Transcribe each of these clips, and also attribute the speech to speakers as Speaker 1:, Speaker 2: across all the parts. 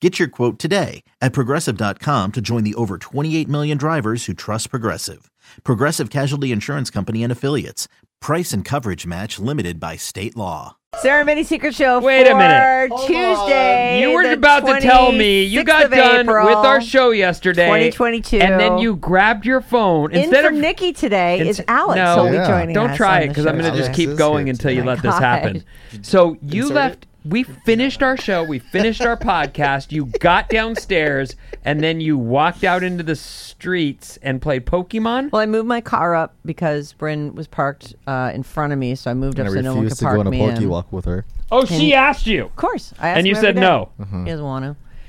Speaker 1: Get your quote today at progressive.com to join the over 28 million drivers who trust Progressive. Progressive Casualty Insurance Company and Affiliates. Price and coverage match limited by state law.
Speaker 2: Sarah Mini Secret Show.
Speaker 3: Wait a minute.
Speaker 2: for Tuesday.
Speaker 3: You were
Speaker 2: the
Speaker 3: about to tell me you
Speaker 2: 26th
Speaker 3: got
Speaker 2: of
Speaker 3: done
Speaker 2: April,
Speaker 3: with our show yesterday,
Speaker 2: 2022.
Speaker 3: and then you grabbed your phone
Speaker 2: In
Speaker 3: instead
Speaker 2: for
Speaker 3: of
Speaker 2: Nikki today
Speaker 3: ins-
Speaker 2: is Alex.
Speaker 3: No,
Speaker 2: who'll be
Speaker 4: Yeah.
Speaker 2: joining
Speaker 3: Don't
Speaker 2: us
Speaker 3: try
Speaker 2: on
Speaker 3: it
Speaker 2: the
Speaker 3: because I'm
Speaker 2: show
Speaker 3: going to just
Speaker 2: today.
Speaker 3: keep
Speaker 4: Alex is
Speaker 3: going
Speaker 4: here
Speaker 3: until you
Speaker 2: today.
Speaker 3: let
Speaker 2: My
Speaker 3: this
Speaker 2: God.
Speaker 3: happen. So you
Speaker 4: Insert it.
Speaker 3: left. We finished our show. We finished our podcast. You got downstairs and then you walked out into the streets and played Pokemon.
Speaker 2: Well, I moved my car up because Bryn was parked uh, in front of me, so I moved up
Speaker 4: I
Speaker 2: so no one could
Speaker 4: refused to
Speaker 2: park
Speaker 4: go on a
Speaker 2: me.
Speaker 4: porky
Speaker 2: in.
Speaker 4: walk with her.
Speaker 3: Oh, she asked you.
Speaker 2: Of course, I asked
Speaker 3: And you
Speaker 2: him every
Speaker 3: said
Speaker 2: day.
Speaker 3: no.
Speaker 4: Mm-hmm.
Speaker 2: He doesn't want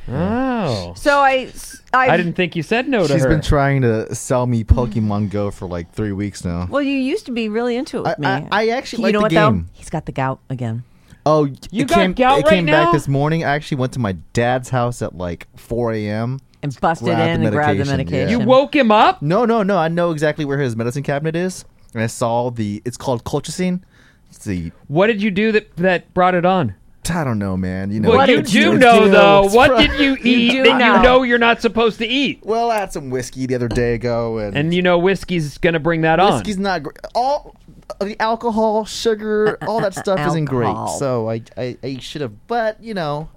Speaker 2: to.
Speaker 3: Oh,
Speaker 2: So I, I,
Speaker 3: I didn't think you said no to
Speaker 4: She's
Speaker 3: her.
Speaker 4: been trying to sell me
Speaker 3: Mm-hmm.
Speaker 4: Pokemon Go for like three weeks now.
Speaker 2: Well, you used to be really into it with
Speaker 4: I-
Speaker 2: me.
Speaker 4: I- I actually
Speaker 2: you
Speaker 4: like
Speaker 2: know
Speaker 4: the
Speaker 2: what
Speaker 4: game.
Speaker 2: though? He's got the gout again.
Speaker 4: Oh,
Speaker 3: You
Speaker 4: it
Speaker 3: got
Speaker 4: came,
Speaker 3: gout
Speaker 4: it
Speaker 3: right
Speaker 4: came
Speaker 3: now?
Speaker 4: back this morning. I actually went to my dad's house at like 4 a.m.
Speaker 2: And busted
Speaker 4: Grabbed
Speaker 2: in
Speaker 4: the
Speaker 2: and grabbed the
Speaker 4: medication, yeah.
Speaker 2: medication.
Speaker 3: you woke him up.
Speaker 4: No, no, no. I know exactly where his medicine cabinet is. And I saw the. It's called colchicine. It's the.
Speaker 3: What did you do that that brought it on?
Speaker 4: I don't know, man. You know.
Speaker 3: What
Speaker 2: What
Speaker 3: you
Speaker 2: did
Speaker 3: do
Speaker 2: you
Speaker 3: know,
Speaker 4: do?
Speaker 3: though, what
Speaker 4: Surprise.
Speaker 3: did you eat
Speaker 2: do
Speaker 3: that
Speaker 2: know.
Speaker 3: you know you're not supposed to eat?
Speaker 4: Well, I had some whiskey the other day ago, and,
Speaker 3: And you know whiskey's going to bring that
Speaker 4: whiskey's
Speaker 3: on.
Speaker 4: not great. All uh, the alcohol, sugar, all that stuff isn't great.
Speaker 2: Alcohol.
Speaker 4: So I, I, I should have. But you know,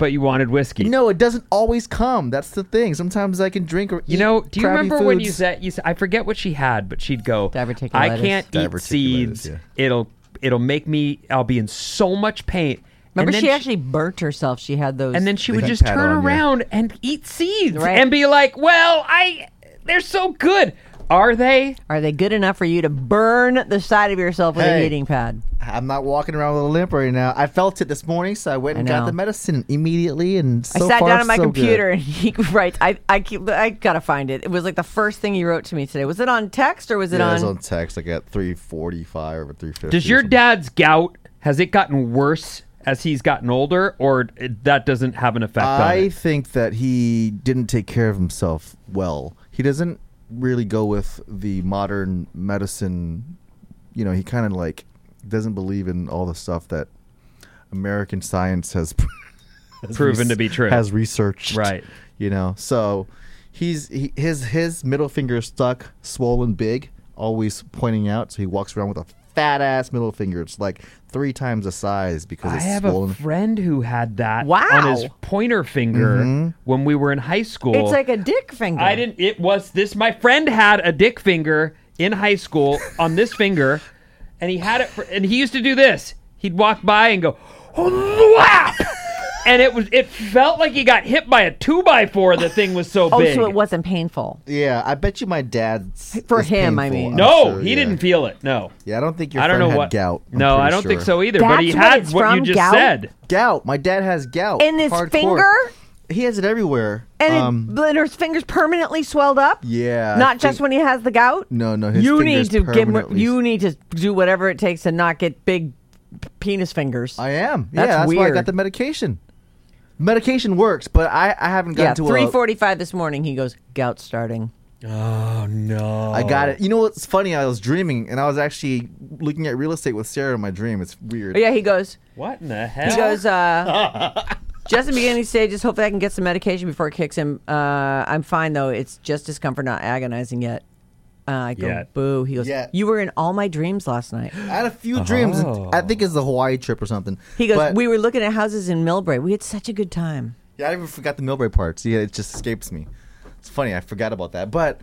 Speaker 3: But you wanted whiskey.
Speaker 4: No, it doesn't always come. That's the thing. Sometimes I can drink or
Speaker 3: You
Speaker 4: eat
Speaker 3: know, do you
Speaker 4: crappy
Speaker 3: remember when you
Speaker 4: foods.
Speaker 3: said you said, I forget what she had, but she'd go, I
Speaker 2: Diverticulitis.
Speaker 3: can't eat
Speaker 4: Diverticulitis,
Speaker 3: seeds.
Speaker 4: yeah.
Speaker 3: It'll it'll make me I'll be in so much pain.
Speaker 2: Remember,
Speaker 3: and then
Speaker 2: she, actually burnt herself. She had those.
Speaker 3: and then she
Speaker 4: They
Speaker 3: would
Speaker 4: got
Speaker 3: just
Speaker 4: pat
Speaker 3: turn
Speaker 4: on you.
Speaker 3: around and eat seeds
Speaker 2: Right.
Speaker 3: and be like, "Well, I they're so good. Are they?"
Speaker 2: Are they good enough for you to burn the side of yourself with a
Speaker 4: Hey.
Speaker 2: heating pad?
Speaker 4: I'm not walking around with a limp right now. I felt it this morning, so I went
Speaker 2: I
Speaker 4: and
Speaker 2: know.
Speaker 4: got the medicine immediately. And so
Speaker 2: I sat
Speaker 4: far,
Speaker 2: down at my
Speaker 4: so
Speaker 2: computer
Speaker 4: Good.
Speaker 2: and he writes. I I keep, I gotta find it. It was like the first thing he wrote to me today. Was it on text or was it
Speaker 4: Yeah, it
Speaker 2: on?
Speaker 4: was on text like at 345 or 350.
Speaker 3: Does
Speaker 4: or
Speaker 3: your
Speaker 4: something.
Speaker 3: dad's gout has it gotten worse as he's gotten older, or it- that doesn't have an effect on
Speaker 4: I
Speaker 3: it?
Speaker 4: think that he didn't take care of himself well. He doesn't really go with the modern medicine. You know, he kind of like doesn't believe in all the stuff that American science has has
Speaker 3: Proven
Speaker 4: res-
Speaker 3: to be true.
Speaker 4: Has researched,
Speaker 3: Right.
Speaker 4: You know, so he's he, his his middle finger is stuck, swollen, big, always pointing out. So he walks around with a fat ass middle finger. It's like three times the size because
Speaker 3: I
Speaker 4: it's
Speaker 3: have
Speaker 4: swollen.
Speaker 3: a friend who had that on
Speaker 2: Wow.
Speaker 3: his pointer finger when we were in high school.
Speaker 2: it's like a dick finger.
Speaker 3: I didn't. It was this. My friend had a dick finger in high school on this finger, and he had it. For, and he used to do this. He'd walk by and go, "Whap!" and it was. It felt like he got hit by a two by four. The thing was so
Speaker 2: Oh,
Speaker 3: big.
Speaker 2: so it wasn't painful.
Speaker 4: Yeah, I bet you my dad's
Speaker 2: For
Speaker 4: is
Speaker 2: him, I
Speaker 4: painful,
Speaker 2: mean.
Speaker 4: I'm
Speaker 3: No,
Speaker 4: sure,
Speaker 3: he
Speaker 4: yeah.
Speaker 3: didn't feel it. No.
Speaker 4: Yeah, I don't think your
Speaker 3: I don't
Speaker 4: friend
Speaker 3: know
Speaker 4: had
Speaker 3: what
Speaker 4: gout. I'm
Speaker 3: no, I
Speaker 4: pretty
Speaker 3: don't think
Speaker 4: sure.
Speaker 3: so e- either. but
Speaker 2: That's
Speaker 3: he
Speaker 2: what
Speaker 3: had
Speaker 2: it's
Speaker 3: what you
Speaker 2: from,
Speaker 3: just
Speaker 2: gout?
Speaker 3: said.
Speaker 4: Gout. My dad has gout.
Speaker 2: In his
Speaker 4: Hardcore.
Speaker 2: finger?
Speaker 4: He has it everywhere.
Speaker 2: And
Speaker 4: um,
Speaker 2: it, but her fingers permanently swelled up.
Speaker 4: Yeah, I
Speaker 2: Not just
Speaker 4: think-
Speaker 2: when he has the gout.
Speaker 4: No, no, his
Speaker 2: you
Speaker 4: fingers
Speaker 2: need to give. him-
Speaker 4: permanently-
Speaker 2: You need to do whatever it takes to not get big p- penis fingers.
Speaker 4: I am.
Speaker 2: That's
Speaker 4: yeah, that's why I
Speaker 2: weird.
Speaker 4: got the medication. Medication works, but I, I haven't
Speaker 2: yeah,
Speaker 4: gotten to
Speaker 2: three
Speaker 4: a-
Speaker 2: forty-five this morning. He goes gout starting.
Speaker 3: Oh no!
Speaker 4: I got it. You know what's funny? I was dreaming, and I was actually looking at real estate with Sarah in my dream. It's weird.
Speaker 2: But yeah, he goes.
Speaker 3: What in the hell?
Speaker 2: He goes, uh, just in the beginning stages, hopefully I can get some medication before it kicks in. Uh, I'm fine, though. It's just discomfort, not agonizing yet. Uh, I go,
Speaker 3: Yet.
Speaker 2: boo. He goes,
Speaker 4: Yet.
Speaker 2: you were in all my dreams last night.
Speaker 4: I had a few dreams.
Speaker 3: Oh.
Speaker 4: and I think it's the Hawaii trip or something.
Speaker 2: He goes,
Speaker 4: But-
Speaker 2: we were looking at houses in Millbrae. We had such a good time.
Speaker 4: Yeah, I even forgot the Milbury part. See, it just escapes me. It's funny, I forgot about that. But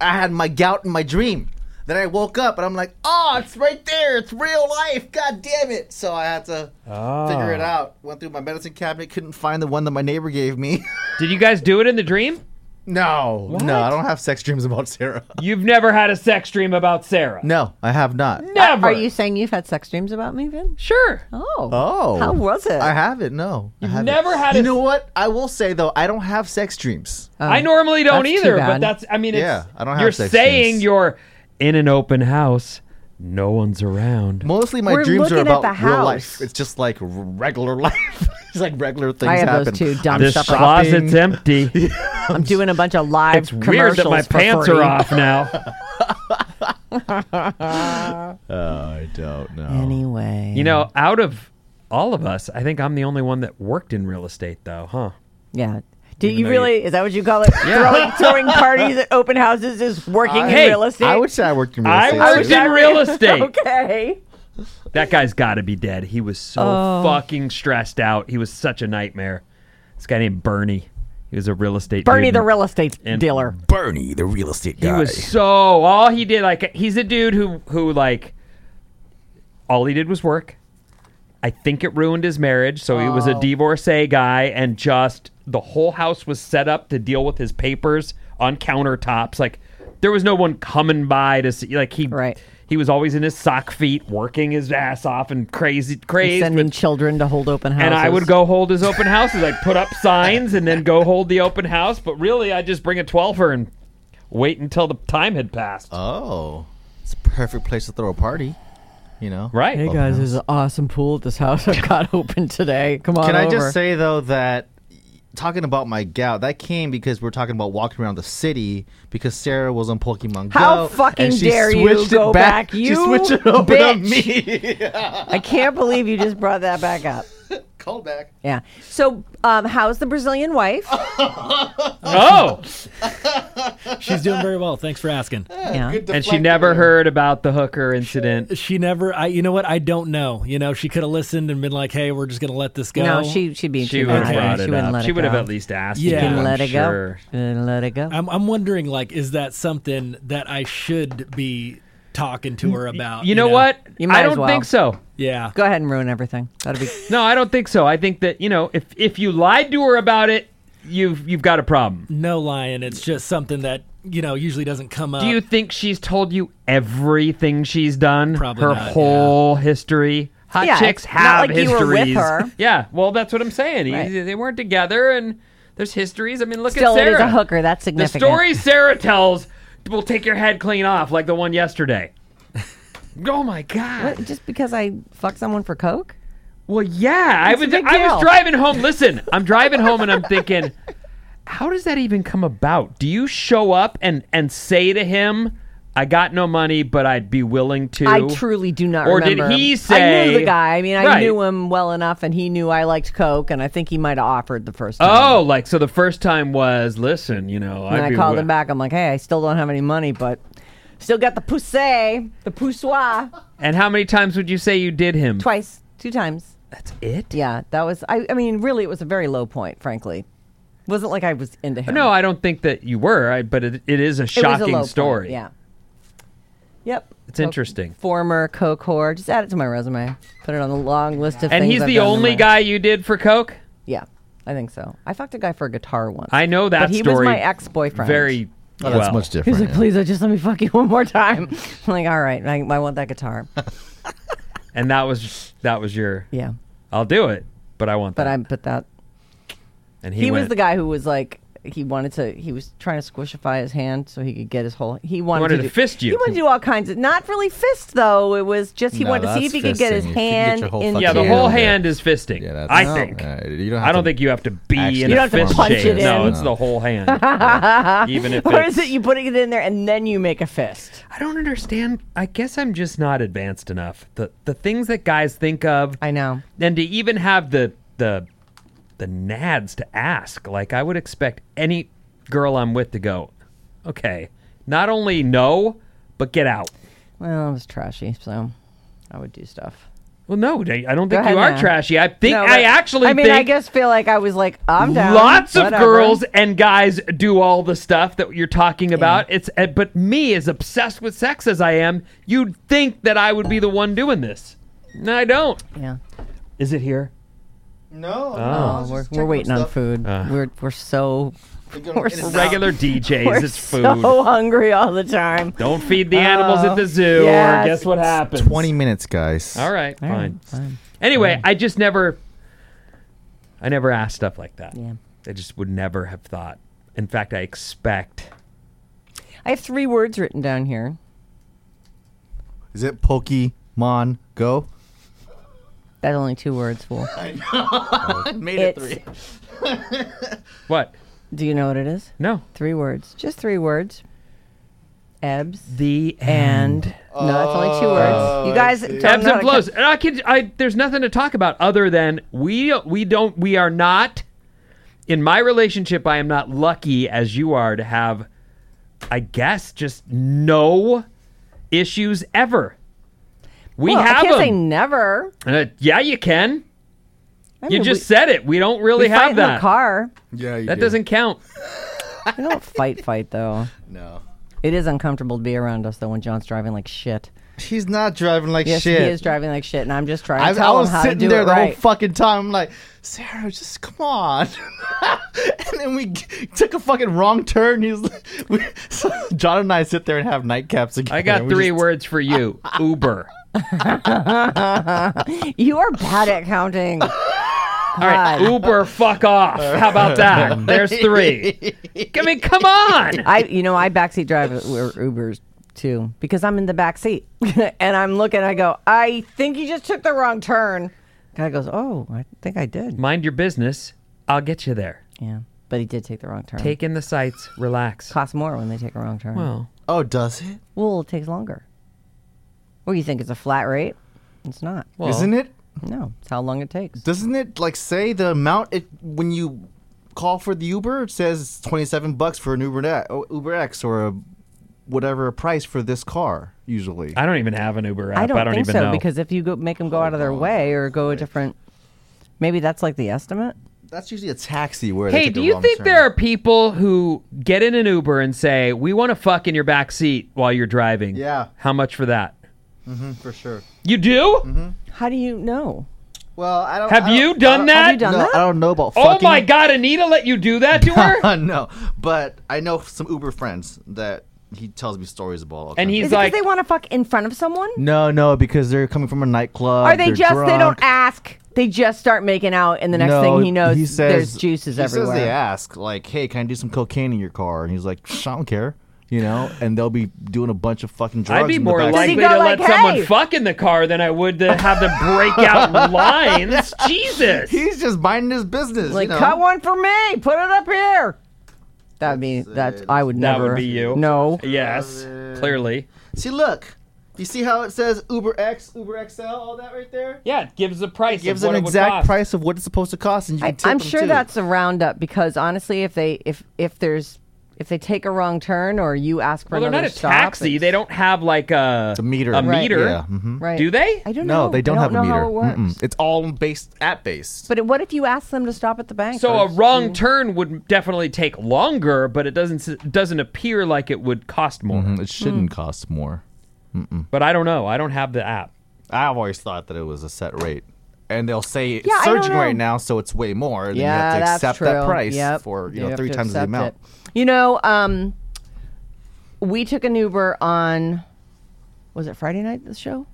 Speaker 4: I had my gout in my dream. Then I woke up and I'm like, oh, it's right there. It's real life. God damn it. So I had to figure it out. Went through my medicine cabinet, couldn't find the one that my neighbor gave me.
Speaker 3: Did you guys do it in the dream?
Speaker 4: no, no, I don't have sex dreams about Sarah.
Speaker 3: You've never had a sex dream about Sarah.
Speaker 4: No, I have not.
Speaker 3: Never.
Speaker 2: Are you saying you've had sex dreams about me, Vin?
Speaker 3: sure?
Speaker 2: Oh.
Speaker 4: Oh.
Speaker 2: How was it?
Speaker 4: I haven't, no. I haven't.
Speaker 3: never had
Speaker 4: You
Speaker 3: a-
Speaker 4: know what? I will say, though, I don't have sex dreams.
Speaker 3: I normally don't
Speaker 2: that's too
Speaker 3: either, but
Speaker 2: bad.
Speaker 3: that's. I mean, it's,
Speaker 4: Yeah, I don't have
Speaker 3: You're
Speaker 4: sex
Speaker 3: saying
Speaker 4: dreams.
Speaker 3: you're in an open house. no one's around.
Speaker 4: Mostly my
Speaker 2: We're
Speaker 4: dreams are
Speaker 2: looking at
Speaker 4: about
Speaker 2: the
Speaker 4: real
Speaker 2: house.
Speaker 4: life. It's just like r- regular life. it's like regular things
Speaker 2: I have
Speaker 4: happen.
Speaker 2: those two dumb
Speaker 3: This
Speaker 2: stuff.
Speaker 4: shopping.
Speaker 3: closet's empty.
Speaker 2: I'm doing a bunch of live
Speaker 3: It's
Speaker 2: commercials
Speaker 3: weird that my
Speaker 2: for
Speaker 3: pants
Speaker 2: free.
Speaker 3: are off now.
Speaker 4: I don't know.
Speaker 2: Anyway,
Speaker 3: you know, out of all of us, I think I'm the only one that worked in real estate, though, huh?
Speaker 2: yeah. Do
Speaker 4: Even
Speaker 2: you
Speaker 4: though
Speaker 2: really? Is that what you call it? Throwing, throwing parties at open houses is working in
Speaker 3: Uh, Hey,
Speaker 2: real estate.
Speaker 4: I would say I worked in real
Speaker 3: I
Speaker 4: estate.
Speaker 3: worked
Speaker 4: too.
Speaker 3: in real estate.
Speaker 2: okay.
Speaker 3: That guy's got to be dead. He was so
Speaker 2: Oh.
Speaker 3: fucking stressed out. He was such a nightmare. This guy named Bernie. He was a real estate.
Speaker 2: Bernie,
Speaker 3: dude.
Speaker 2: the real estate
Speaker 3: And-
Speaker 2: dealer.
Speaker 5: Bernie, the real estate
Speaker 3: He
Speaker 5: guy.
Speaker 3: was so all he did like he's a dude who who like all he did was work. I think it ruined his marriage, so he was a divorcee guy and just the whole house was set up to deal with his papers on countertops. Like there was no one coming by to see like he
Speaker 2: Right.
Speaker 3: he was always in his sock feet working his ass off and crazy crazy
Speaker 2: Sending children to hold open houses.
Speaker 3: and I would go hold his open houses. I'd put up signs and then go hold the open house. But really, I'd just bring a 12er and wait until the time had passed.
Speaker 4: Oh, it's a perfect place to throw a party. You know,
Speaker 3: right.
Speaker 2: Hey guys, there's an awesome pool at this house I've got open today. Come on
Speaker 4: Can I
Speaker 2: over.
Speaker 4: just say though that talking about my gout that came because we're talking about walking around the city because Sarah was on Pokemon
Speaker 2: How
Speaker 4: Go.
Speaker 2: fucking
Speaker 4: and she
Speaker 2: dare you
Speaker 4: switched it
Speaker 2: go
Speaker 4: back.
Speaker 2: back,
Speaker 4: she
Speaker 2: you
Speaker 4: switched it over
Speaker 2: bitch.
Speaker 4: to me.
Speaker 2: I can't believe you just brought that back up.
Speaker 4: Call back.
Speaker 2: Yeah. So, um, how's the Brazilian wife?
Speaker 3: Oh,
Speaker 5: She's doing very well. Thanks for asking.
Speaker 2: Yeah.
Speaker 3: and she never heard about the hooker incident.
Speaker 5: She never. I. You know what? I don't know. You know, she could have listened and been like, "Hey, we're just gonna let this go."
Speaker 2: No, she she'd be
Speaker 3: She
Speaker 2: too
Speaker 3: would have
Speaker 2: mad.
Speaker 3: brought
Speaker 2: She
Speaker 3: it
Speaker 2: wouldn't
Speaker 3: up.
Speaker 2: let
Speaker 3: She
Speaker 2: it
Speaker 3: would have
Speaker 2: go.
Speaker 3: at least asked.
Speaker 5: Yeah.
Speaker 3: him,
Speaker 2: Didn't
Speaker 3: I'm
Speaker 2: let it
Speaker 3: sure. Uh,
Speaker 2: go. Didn't let it go.
Speaker 5: I'm, I'm wondering, like, is that something that I should be talking to her about?
Speaker 3: You know what?
Speaker 2: You might
Speaker 3: I
Speaker 2: as
Speaker 3: don't
Speaker 2: well.
Speaker 3: think so.
Speaker 5: Yeah.
Speaker 2: go ahead and ruin everything. That'd be
Speaker 3: No, I don't think so. I think that you know, if if you lied to her about it, you've you've got a problem.
Speaker 5: No lying. It's just something that you know usually doesn't come up.
Speaker 3: Do you think she's told you everything she's done?
Speaker 5: Probably
Speaker 3: her
Speaker 5: not, yeah.
Speaker 3: whole history. Hot
Speaker 2: Yeah,
Speaker 3: chicks
Speaker 2: it's
Speaker 3: have
Speaker 2: not like you
Speaker 3: histories.
Speaker 2: were with her.
Speaker 3: Yeah, well, that's what I'm saying.
Speaker 2: Right.
Speaker 3: They- They weren't together, and there's histories. I mean, look
Speaker 2: still
Speaker 3: at
Speaker 2: it
Speaker 3: Sarah.
Speaker 2: is a hooker. That's
Speaker 3: The
Speaker 2: significant.
Speaker 3: story Sarah tells will take your head clean off, like the one yesterday. oh my god.
Speaker 2: What, just because I fuck someone for coke?
Speaker 3: Well, yeah, I
Speaker 2: It's a
Speaker 3: was
Speaker 2: big
Speaker 3: I was
Speaker 2: deal.
Speaker 3: driving home. Listen, I'm driving home and I'm thinking, how does that even come about? Do you show up and and say to him, "I got no money, but I'd be willing to"?
Speaker 2: I truly do not
Speaker 3: Or did
Speaker 2: remember.
Speaker 3: he
Speaker 2: I knew
Speaker 3: say-
Speaker 2: the guy. I mean, I
Speaker 3: Right.
Speaker 2: knew him well enough, and he knew I liked coke, and I think he might have offered the first time.
Speaker 3: Oh, like so the first time was, listen, you know,
Speaker 2: and
Speaker 3: I'd
Speaker 2: I
Speaker 3: be
Speaker 2: called
Speaker 3: wi-
Speaker 2: him back. I'm like, hey, I still don't have any money, but still got the poussé, the poussoir.
Speaker 3: And how many times would you say you did him?
Speaker 2: Twice, two times.
Speaker 3: That's it.
Speaker 2: Yeah, that was. I, I mean, really, it was a very low point, frankly. wasn't like I was into him.
Speaker 3: No, I don't think that you were, I, but it, it is
Speaker 2: It
Speaker 3: a
Speaker 2: was a
Speaker 3: shocking
Speaker 2: low point,
Speaker 3: story.
Speaker 2: Yeah. Yep.
Speaker 3: It's interesting.
Speaker 2: Former coke whore. Just add it to my resume. Put it on the long list of
Speaker 3: And
Speaker 2: things.
Speaker 3: he's
Speaker 2: I've
Speaker 3: the
Speaker 2: done in
Speaker 3: only
Speaker 2: my-
Speaker 3: guy you did for coke?
Speaker 2: Yeah, I think so. I fucked a guy for a guitar once.
Speaker 3: I know that
Speaker 2: but he
Speaker 3: story
Speaker 2: was my ex boyfriend.
Speaker 3: Very
Speaker 4: Oh, that's
Speaker 3: well.
Speaker 4: much
Speaker 2: He was
Speaker 4: different.
Speaker 2: like, please, uh, just let me fuck you one more time. I'm like, all right, I, I want that guitar.
Speaker 3: And that was that was your
Speaker 2: Yeah,
Speaker 3: I'll do it, but I want
Speaker 2: but
Speaker 3: that.
Speaker 2: I but that
Speaker 3: and
Speaker 2: he, was
Speaker 3: went-
Speaker 2: the guy who was like he wanted to he was trying to squishify his hand so he could get his whole he wanted,
Speaker 3: wanted to
Speaker 2: do,
Speaker 3: fist you.
Speaker 2: he wanted to do all kinds of not really fist though it was just he
Speaker 4: No,
Speaker 2: wanted to see
Speaker 4: that's
Speaker 2: if he could get
Speaker 4: fisting.
Speaker 2: his
Speaker 4: If you could get
Speaker 2: hand
Speaker 4: your whole
Speaker 2: in
Speaker 4: fucking
Speaker 3: Yeah, the
Speaker 4: Yeah.
Speaker 3: whole
Speaker 4: Yeah.
Speaker 3: hand is fisting.
Speaker 4: Yeah, that's-
Speaker 3: I
Speaker 4: No.
Speaker 3: think.
Speaker 4: Uh, you don't have
Speaker 3: I don't
Speaker 4: to
Speaker 3: think you have to be
Speaker 4: actually
Speaker 3: in a
Speaker 4: You
Speaker 2: don't have to
Speaker 3: fist
Speaker 2: punch
Speaker 3: shape.
Speaker 2: it
Speaker 3: No,
Speaker 2: in.
Speaker 3: it's the whole hand. Yeah. Even if
Speaker 2: or
Speaker 3: it's,
Speaker 2: is it you putting it in there and then you make a fist
Speaker 3: I don't understand. I guess I'm just not advanced enough. The the things that guys think of
Speaker 2: I know
Speaker 3: and to even have the the the nads to ask. Like I would expect any girl I'm with to go, "Okay, not only no, but get out."
Speaker 2: well it was trashy so I would do stuff
Speaker 3: Well, no, I I don't think
Speaker 2: ahead
Speaker 3: you are
Speaker 2: now.
Speaker 3: trashy. I think
Speaker 2: No,
Speaker 3: I
Speaker 2: but-
Speaker 3: actually
Speaker 2: I mean
Speaker 3: think
Speaker 2: I guess feel like I was like I'm down
Speaker 3: Lots of
Speaker 2: whatever.
Speaker 3: girls and guys do all the stuff that you're talking about. It's uh, but me as obsessed with sex as I am, you'd think that I would be the one doing this. No, I don't.
Speaker 2: yeah
Speaker 3: Is it here?
Speaker 4: No,
Speaker 2: oh we're, we're waiting on food
Speaker 3: Uh.
Speaker 2: we're we're so we're so-
Speaker 3: Regular DJs,
Speaker 2: we're
Speaker 3: it's food.
Speaker 2: so hungry all the time
Speaker 3: Don't feed the animals at the zoo,
Speaker 2: yes.
Speaker 3: or guess what happens?
Speaker 4: Twenty minutes, guys.
Speaker 3: All right, fine.
Speaker 2: fine.
Speaker 3: Anyway, I just never, I never asked stuff like that.
Speaker 2: Yeah.
Speaker 3: I just would never have thought. In fact, I expect.
Speaker 2: I have three words written down here.
Speaker 4: Is it Pokemon Go?
Speaker 2: That's only two words, fool.
Speaker 4: Made
Speaker 2: It's,
Speaker 3: What?
Speaker 2: do you know what it is?
Speaker 3: No.
Speaker 2: Three words. Just three words. Ebbs.
Speaker 3: The
Speaker 2: And no, that's only two words. You guys, tell them
Speaker 3: Mm. ebbs
Speaker 2: not
Speaker 3: and
Speaker 2: to
Speaker 3: flows.
Speaker 2: cut-
Speaker 3: And I can. I there's nothing to talk about other than we we don't we are not in my relationship. I am not lucky as you are to have, I guess, just no issues ever. We
Speaker 2: Well, I
Speaker 3: have
Speaker 2: can't say
Speaker 3: them.
Speaker 2: never.
Speaker 3: Uh, yeah, you can.
Speaker 2: I
Speaker 3: You
Speaker 2: mean,
Speaker 3: just
Speaker 2: we,
Speaker 3: said it. We don't really
Speaker 2: we fight
Speaker 3: have
Speaker 2: in
Speaker 3: that.
Speaker 2: the car.
Speaker 4: Yeah, you
Speaker 3: that
Speaker 4: do.
Speaker 3: doesn't count.
Speaker 2: We don't fight, fight though.
Speaker 4: No.
Speaker 2: It is uncomfortable to be around us though when John's driving like shit.
Speaker 4: He's not driving like
Speaker 2: Yes,
Speaker 4: shit.
Speaker 2: he is driving like shit, and I'm just trying to
Speaker 4: I, I
Speaker 2: tell him
Speaker 4: was
Speaker 2: how to
Speaker 4: sitting
Speaker 2: do
Speaker 4: there
Speaker 2: it
Speaker 4: the
Speaker 2: right.
Speaker 4: whole fucking time. I'm like, Sarah, just come on. and then we g- took a fucking wrong turn. He's like, we, so John and I sit there and have nightcaps again.
Speaker 3: I got three words for you. Uber.
Speaker 2: you are bad at counting.
Speaker 3: All right,
Speaker 2: God.
Speaker 3: Uber, fuck off. How about that? There's three. I mean, come on.
Speaker 2: I, you know, I backseat drive u- Ubers too because I'm in the back seat and I'm looking. I go, I think you just took the wrong turn. Guy goes, Oh, I think I did.
Speaker 3: Mind your business. I'll get you there.
Speaker 2: Yeah, but he did take the wrong turn.
Speaker 3: Take in the sights. Relax.
Speaker 2: costs more when they take a wrong turn. Well,
Speaker 3: Well,
Speaker 4: Oh, does it?
Speaker 2: it takes longer. What do you think? It's a flat rate? It's not.
Speaker 3: well,
Speaker 4: not it?
Speaker 2: No, it's how long it takes.
Speaker 4: Doesn't it like say the amount it when you call for the Uber? It says it's twenty-seven bucks for an Uber X, Uber X or a, whatever price for this car usually.
Speaker 3: I don't even have an Uber app.
Speaker 2: I don't, think
Speaker 3: even
Speaker 2: so
Speaker 3: know.
Speaker 2: because if you go make them go out of their way or go a different, maybe that's like the estimate.
Speaker 4: That's usually a taxi where. they
Speaker 3: hey,
Speaker 4: take
Speaker 3: do
Speaker 4: a
Speaker 3: you
Speaker 4: wrong
Speaker 3: think
Speaker 4: turn.
Speaker 3: there are people who get in an Uber and say, "We want to fuck in your back seat while you're driving"?
Speaker 4: Yeah.
Speaker 3: How much for that?
Speaker 4: for sure?
Speaker 3: You do?
Speaker 2: How do you know?
Speaker 4: Well, I don't.
Speaker 3: Have
Speaker 4: I don't-
Speaker 3: you done
Speaker 2: have
Speaker 3: that?
Speaker 2: you done
Speaker 4: No,
Speaker 2: that?
Speaker 4: I don't know about.
Speaker 3: Oh
Speaker 4: fucking
Speaker 3: my God, Anita, let you do that to her?
Speaker 4: no, but I know some Uber friends that he tells me stories about. all
Speaker 3: And
Speaker 4: kinds
Speaker 2: Is
Speaker 3: he's
Speaker 4: of-
Speaker 2: it because
Speaker 3: like-
Speaker 2: they want to fuck in front of someone?
Speaker 4: no, no, because they're coming from a nightclub.
Speaker 2: Are they
Speaker 4: they're
Speaker 2: just? They don't
Speaker 4: drunk.
Speaker 2: ask. They just start making out, and the next
Speaker 4: No,
Speaker 2: thing he knows,
Speaker 4: he says,
Speaker 2: there's juices
Speaker 4: he
Speaker 2: everywhere.
Speaker 4: Says they ask like, "Hey, can I do some cocaine in your car?" And he's like, "Psh, "I don't care," you know. And they'll be doing a bunch of fucking drugs.
Speaker 3: I'd be
Speaker 4: in
Speaker 3: more
Speaker 4: the back
Speaker 3: likely
Speaker 2: he
Speaker 3: to
Speaker 2: go
Speaker 3: let
Speaker 2: like,
Speaker 3: someone
Speaker 2: "Hey?"
Speaker 3: fuck in the car than I would to have to break out lines. Jesus.
Speaker 4: He's just minding his business.
Speaker 2: like,
Speaker 4: you know?
Speaker 2: cut one for me. Put it up here. That would be that's. I would
Speaker 3: That
Speaker 2: never.
Speaker 3: would be you.
Speaker 2: No.
Speaker 3: Yes, clearly.
Speaker 4: See, look. You see how it says Uber X, Uber XL, all that right there?
Speaker 3: Yeah, it gives the price.
Speaker 4: Gives
Speaker 3: of what
Speaker 4: an
Speaker 3: it would
Speaker 4: exact
Speaker 3: cost.
Speaker 4: price of what it's supposed to cost, and you can tip
Speaker 2: I'm
Speaker 4: them,
Speaker 2: sure
Speaker 4: too.
Speaker 2: that's a roundup because honestly, if they if if there's if they take a wrong turn or you ask for
Speaker 3: Well, they're
Speaker 2: another
Speaker 3: not a
Speaker 2: stop,
Speaker 3: taxi.
Speaker 2: it's-
Speaker 3: They don't have like a
Speaker 4: a meter.
Speaker 3: A
Speaker 2: Right.
Speaker 3: meter.
Speaker 4: Yeah. mhm.
Speaker 2: right.
Speaker 3: Do they?
Speaker 2: I don't know.
Speaker 4: No, they don't,
Speaker 2: I
Speaker 4: have
Speaker 2: know
Speaker 4: a meter.
Speaker 2: How it works.
Speaker 4: Mm-mm. It's all based app based.
Speaker 2: But what if you ask them to stop at the bank?
Speaker 3: So a
Speaker 2: first?
Speaker 3: wrong turn would definitely take longer, but it doesn't s- doesn't appear like it would cost more.
Speaker 2: Hmm.
Speaker 4: it shouldn't cost more.
Speaker 3: But I don't know. I don't have the app.
Speaker 4: I've always thought that it was a set rate. And they'll say it's
Speaker 2: Yeah, I don't
Speaker 4: surging
Speaker 2: know.
Speaker 4: right now, so it's way more. Then
Speaker 2: yeah,
Speaker 4: you have to
Speaker 2: that's
Speaker 4: accept
Speaker 2: true.
Speaker 4: that price
Speaker 2: Yep.
Speaker 4: for you
Speaker 2: You
Speaker 4: know
Speaker 2: have
Speaker 4: three
Speaker 2: to
Speaker 4: times the
Speaker 2: accept
Speaker 4: amount.
Speaker 2: it. You know, um, we took an Uber on. Was it Friday night? The show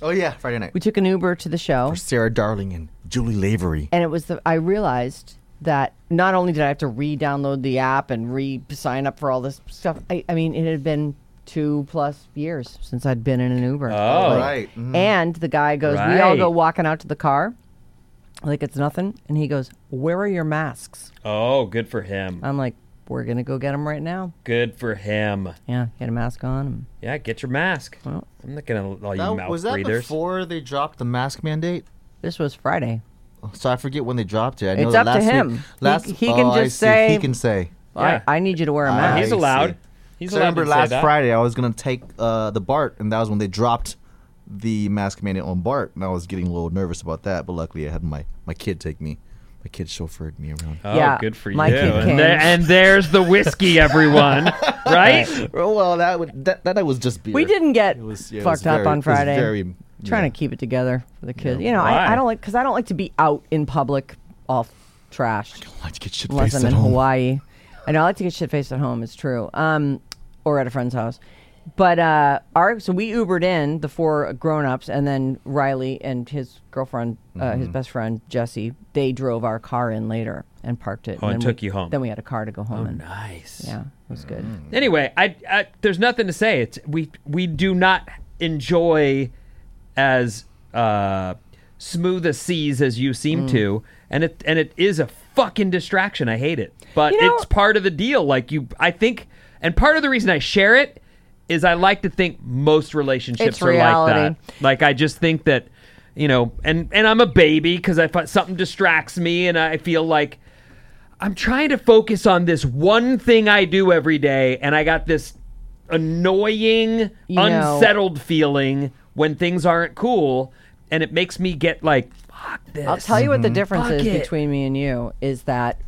Speaker 4: Oh yeah, Friday night.
Speaker 2: we took an Uber to the show,
Speaker 4: Sarah Darling and Julie Lavery.
Speaker 2: and it was the. I realized that not only did I have to re-download the app and re-sign up for all this stuff. I, I mean, it had been two plus years since I'd been in an Uber.
Speaker 3: Oh.
Speaker 2: Like,
Speaker 4: Right. mhm.
Speaker 2: And the guy goes, we all go
Speaker 3: Right.
Speaker 2: walking out to the car, like it's nothing. And he goes, where are your masks?
Speaker 3: Oh, good for him.
Speaker 2: I'm like, we're gonna go get them right now.
Speaker 3: Good for him.
Speaker 2: Yeah, get a mask on. and-
Speaker 3: Yeah, get your mask. I'm not gonna let all you mouth
Speaker 4: was that
Speaker 3: breathers.
Speaker 4: before they dropped the mask mandate?
Speaker 2: This was Friday.
Speaker 4: So I forget when they dropped it. I know
Speaker 2: It's
Speaker 4: that
Speaker 2: up to
Speaker 4: last week-
Speaker 2: him. He-
Speaker 4: last
Speaker 2: he can
Speaker 4: oh, I
Speaker 2: just
Speaker 4: see.
Speaker 2: say-
Speaker 4: he can say.
Speaker 3: Yeah. Uh,
Speaker 2: I, I need you to wear a
Speaker 4: I
Speaker 2: mask.
Speaker 3: He's
Speaker 4: see.
Speaker 3: allowed. He's
Speaker 4: So I
Speaker 3: allowed
Speaker 4: remember
Speaker 3: to
Speaker 4: last
Speaker 3: say that.
Speaker 4: Friday I was gonna take uh, the BART, and that was when they dropped the mask mandate on BART, and I was getting a little nervous about that. But luckily, I had my my kid take me. My kid chauffeured me around.
Speaker 3: Oh,
Speaker 2: Yeah,
Speaker 3: good for
Speaker 2: my
Speaker 3: you.
Speaker 2: kid came.
Speaker 3: and, there- and there's the whiskey, everyone. right?
Speaker 4: Oh well, that would that, that was just beer.
Speaker 2: we didn't get
Speaker 4: It was- yeah, it was
Speaker 2: fucked up
Speaker 4: very-
Speaker 2: on
Speaker 4: it was
Speaker 2: Friday.
Speaker 4: very-
Speaker 2: Trying
Speaker 4: yeah.
Speaker 2: to keep it together for the kids. You know,
Speaker 3: Why?
Speaker 2: I, I don't like because I don't like to be out in public all trashed
Speaker 4: Let's get shit
Speaker 2: unless
Speaker 4: faced
Speaker 2: I'm
Speaker 4: at
Speaker 2: in
Speaker 4: home.
Speaker 2: Hawaii. I know I like to get shit faced at home. It's true. Um, or at a friend's house. But uh, our so we Ubered in the four grown ups, and then Riley and his girlfriend, uh,
Speaker 4: Mm-hmm.
Speaker 2: his best friend Jesse, they drove our car in later and parked it.
Speaker 3: Oh, and
Speaker 2: then
Speaker 3: took
Speaker 2: we,
Speaker 3: you home.
Speaker 2: Then we had a car to go
Speaker 4: Oh,
Speaker 2: home. in.
Speaker 3: Nice.
Speaker 4: Mm.
Speaker 2: Yeah, it was good.
Speaker 3: Anyway, I, I there's nothing to say. It's we we do not enjoy as uh, smooth as seas as you seem
Speaker 2: Mm.
Speaker 3: to, and it and it is a fucking distraction. I hate it, but
Speaker 2: You know-
Speaker 3: it's part of the deal. Like you, I think, and part of the reason I share it is I like to think most relationships
Speaker 2: It's
Speaker 3: are
Speaker 2: reality.
Speaker 3: like that. Like I just think that you know, and and I'm a baby because I fi- something distracts me, and I feel like. I'm trying to focus on this one thing I do every day, and I got this annoying,
Speaker 2: You know-
Speaker 3: unsettled feeling when things aren't cool, and it makes me get like, fuck this.
Speaker 2: I'll tell you what the difference
Speaker 3: Fuck
Speaker 2: is
Speaker 3: it.
Speaker 2: between me and you is that